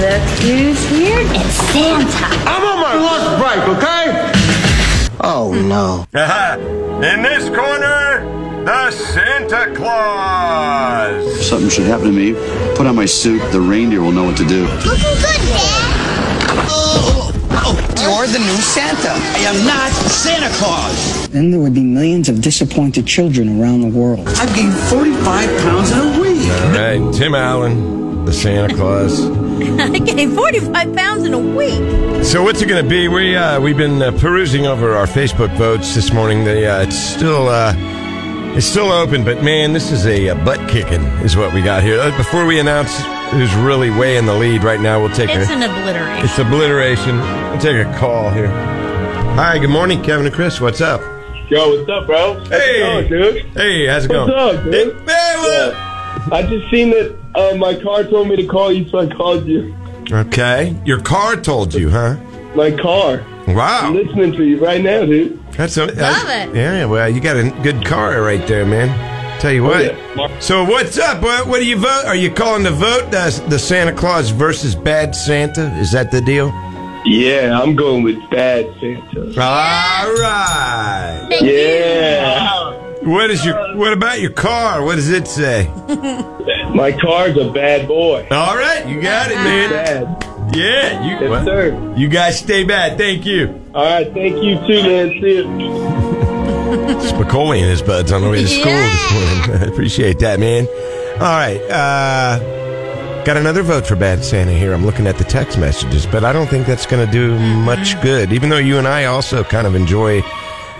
Who's Weird and Santa. I'm on my lunch break, okay? Oh no. In this corner, the Santa Claus. something should happen to me, put on my suit, the reindeer will know what to do. Looking good, Dad. You're the new Santa. I am not Santa Claus. Then there would be millions of disappointed children around the world. I've gained 45 pounds in a week. All right, Tim Allen, the Santa Claus. I gained 45 pounds in a week. So what's it going to be? We uh, we've been uh, perusing over our Facebook votes this morning. They uh, it's still uh, it's still open, but man, this is a, uh butt kicking is what we got here. Uh, Before we announce who's really way in the lead right now, we'll take It's a an obliteration. it's obliteration. We'll take a call here. Hi, good morning, Kevin and Chris. What's up? Yo, what's up, bro? Hey, How's it going, dude. hey, how's it What's going? up, dude? Hey, man, what- I just seen that uh, my car told me to call you, so I called you. Okay, your car told you, huh? My car. Wow, I'm listening to you right now, dude. That's a, Love it. Yeah, well, you got a good car right there, man. Tell you what. Oh, yeah. So what's up? What, what do you vote? Are you calling to vote uh, the Santa Claus versus Bad Santa? Is that the deal? Yeah, I'm going with Bad Santa. All right. Thank Yeah. What is your? What about your car? What does it say? My car's a bad boy. All right, you got it, man. Bad. Yeah, you. Yes, well, sir. You guys stay bad. Thank you. All right, thank you too, man. See you. Spicoli and his buds on the way to school this Yeah. morning. I appreciate that, man. All right. Uh, got another vote for Bad Santa here. I'm looking at the text messages, but I don't think that's going to do Mm-hmm. much good, even though you and I also kind of enjoy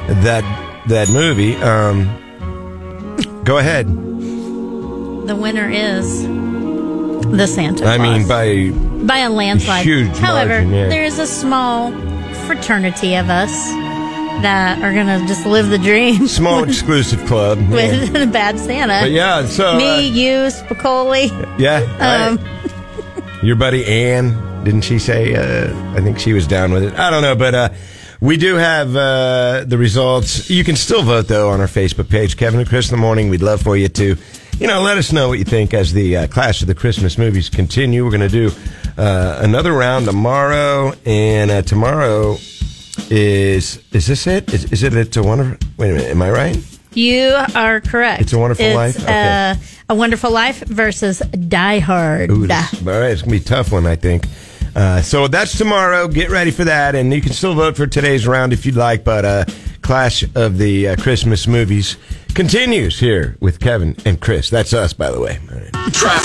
that that movie. Um, go ahead. you. The winner is the Santa I Claus. mean, by by a landslide. Huge However, margin, yeah. there is a small fraternity of us that are going to just live the dream small exclusive club. with Yeah. a bad Santa. But yeah, so. uh, Me, you, Spicoli. Yeah. Um, I- your buddy Ann, didn't she say? Uh, I think she was down with it. I don't know, but uh, we do have uh, the results. You can still vote though on our Facebook page, Kevin and Chris in the morning. We'd love for you to, you know, let us know what you think as the uh, Clash of the Christmas movies continue. We're going to do uh, another round tomorrow, and uh, tomorrow is is this it? Is, is it? It's a wonderful. Wait a minute. Am I right? You are correct. It's a Wonderful Life? Okay. Uh, a Wonderful Life versus Die Hard. Ooh, this- all right, it's gonna be a tough one, I think. Uh, so that's tomorrow. Get ready for that, and you can still vote for today's round if you'd like. But uh, Clash of the uh, Christmas movies continues here with Kevin and Chris. That's us, by the way. All right.